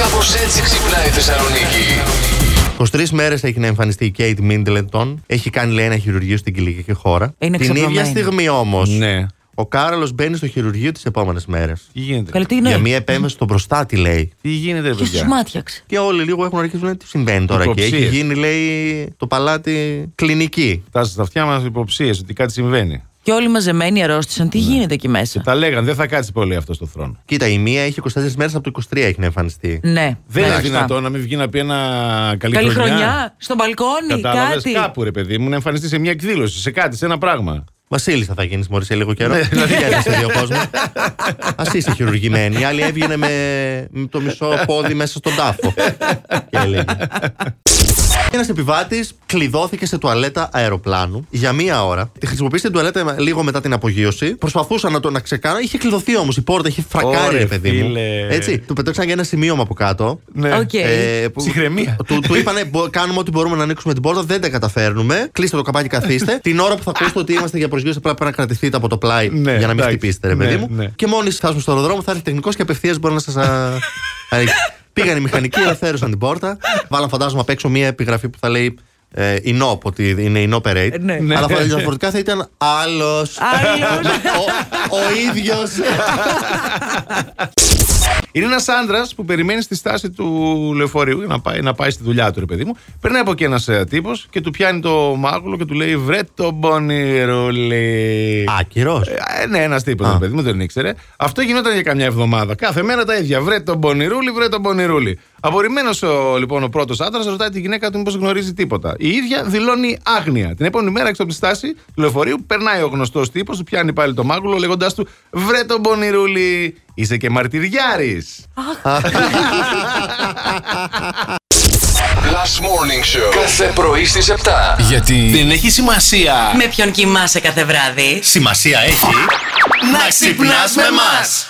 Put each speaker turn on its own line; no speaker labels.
Κάπως έτσι ξυπνάει η Θεσσαλονίκη.
23 μέρε έχει να εμφανιστεί η Κέιτ Μίντλετον. Έχει κάνει λέει ένα χειρουργείο στην κυλική χώρα.
Είναι
Την ίδια
ξαπλωμένη.
στιγμή όμως.
Ναι.
Ο Κάρολο μπαίνει στο χειρουργείο τις επόμενες μέρες.
Τι γίνεται.
Καλή τι είναι.
Για μία επέμβαση στον προστάτη, λέει.
Τι γίνεται, ρε
Και στους
παιδιά.
μάτιαξε.
Και όλοι λίγο έχουν αρχίσει να λένε τι συμβαίνει τώρα. Και
Υποψίες.
έχει γίνει, λέει, το παλάτι κλινική.
Φτάσανε στα αυτιά μας υποψίες ότι κάτι συμβαίνει.
Και όλοι μαζεμένοι αρρώστησαν. Τι γίνεται εκεί μέσα.
Τα λέγανε, δεν θα κάτσει πολύ αυτό στο θρόνο.
Κοίτα, η μία έχει 24 μέρες από το 23 έχει να εμφανιστεί.
Ναι.
Δεν
ναι,
είναι
σωστά.
δυνατόν να μην βγει να πει ένα καλή,
Καλή χρονιά. Στον μπαλκόνι.
Κατάλαβες
Κάτι.
κάπου, ρε παιδί μου, να εμφανιστεί σε μια εκδήλωση, σε κάτι, σε ένα πράγμα.
Βασίλισσα θα γίνεις μόλι σε λίγο
Ναι.
καιρό. Δεν σε δύο κόσμο. Ας είσαι χειρουργημένη. Η άλλη έβγαινε με, με το μισό πόδι μέσα στον τάφο. και έλεγε. Ένας επιβάτης κλειδώθηκε σε τουαλέτα αεροπλάνου για μία ώρα. Τη χρησιμοποίησε την τουαλέτα λίγο μετά την απογείωση. Προσπαθούσαν να το να ξεκάνω. Είχε κλειδωθεί όμως η πόρτα, είχε φρακάρει,
Ωρε,
ρε παιδί μου.
φίλε.
Έτσι. Του πετάξαν και ένα σημείωμα από κάτω.
Ναι.
Οκ.
Ε, που-
Ψυχραιμία. Ε.
Του, του είπανε «Μπο- κάνουμε ό,τι μπορούμε να ανοίξουμε την πόρτα, δεν τα καταφέρνουμε. Κλείστε το καπάκι, καθίστε. την ώρα που θα ακούσετε ότι είμαστε για προσγείωση, απλά πρέπει να κρατηθείτε από το πλάι
Ναι,
για να μην
εντάξει.
χτυπήσετε, ρε παιδί
Ναι,
μου.
ναι.
Και μόλις φτάσουμε στο αεροδρόμο, θα έρθει τεχνικός και απευθείας μπορεί να σας. Πήγαν οι μηχανικοί, ελευθέρωσαν την πόρτα. Βάλαν φαντάζομαι απ' έξω μία επιγραφή που θα λέει ε, inop, ότι είναι inoperate.
Ναι.
Ναι.
Αλλά φαντάζομαι διαφορετικά θα ήταν άλλος.
Άλλος.
ο ο ίδιος.
Είναι ένας άντρα που περιμένει στη στάση του λεωφορείου για να πάει, να πάει στη δουλειά του, ρε παιδί μου. Περνάει από εκεί ένας τύπος και του πιάνει το μάγουλο και του λέει Βρε το πονηρούλι.
Άκυρο.
Ε, ναι, ένας τύπος,
Α.
ρε παιδί μου, δεν ήξερε. Αυτό γινόταν για καμιά εβδομάδα. Κάθε μέρα τα ίδια. Βρε τον πονηρούλι, βρε τον πονηρούλι. Απορριμμένος λοιπόν ο πρώτος άντρα ρωτάει τη γυναίκα του μήπως γνωρίζει τίποτα. Η ίδια δηλώνει άγνοια. Την επόμενη μέρα έξω από τη στάση του λεωφορείου περνάει ο γνωστός τύπος, του πιάνει πάλι το μάγουλο λέγοντάς του Βρε τον πονηρούλι, είσαι και μαρτυριάρης.
Last Morning Show. Κάθε πρωί στις 7.
Γιατί δεν έχει σημασία.
Με ποιον κοιμάσαι κάθε βράδυ.
Σημασία έχει να ξυπνάς με μας.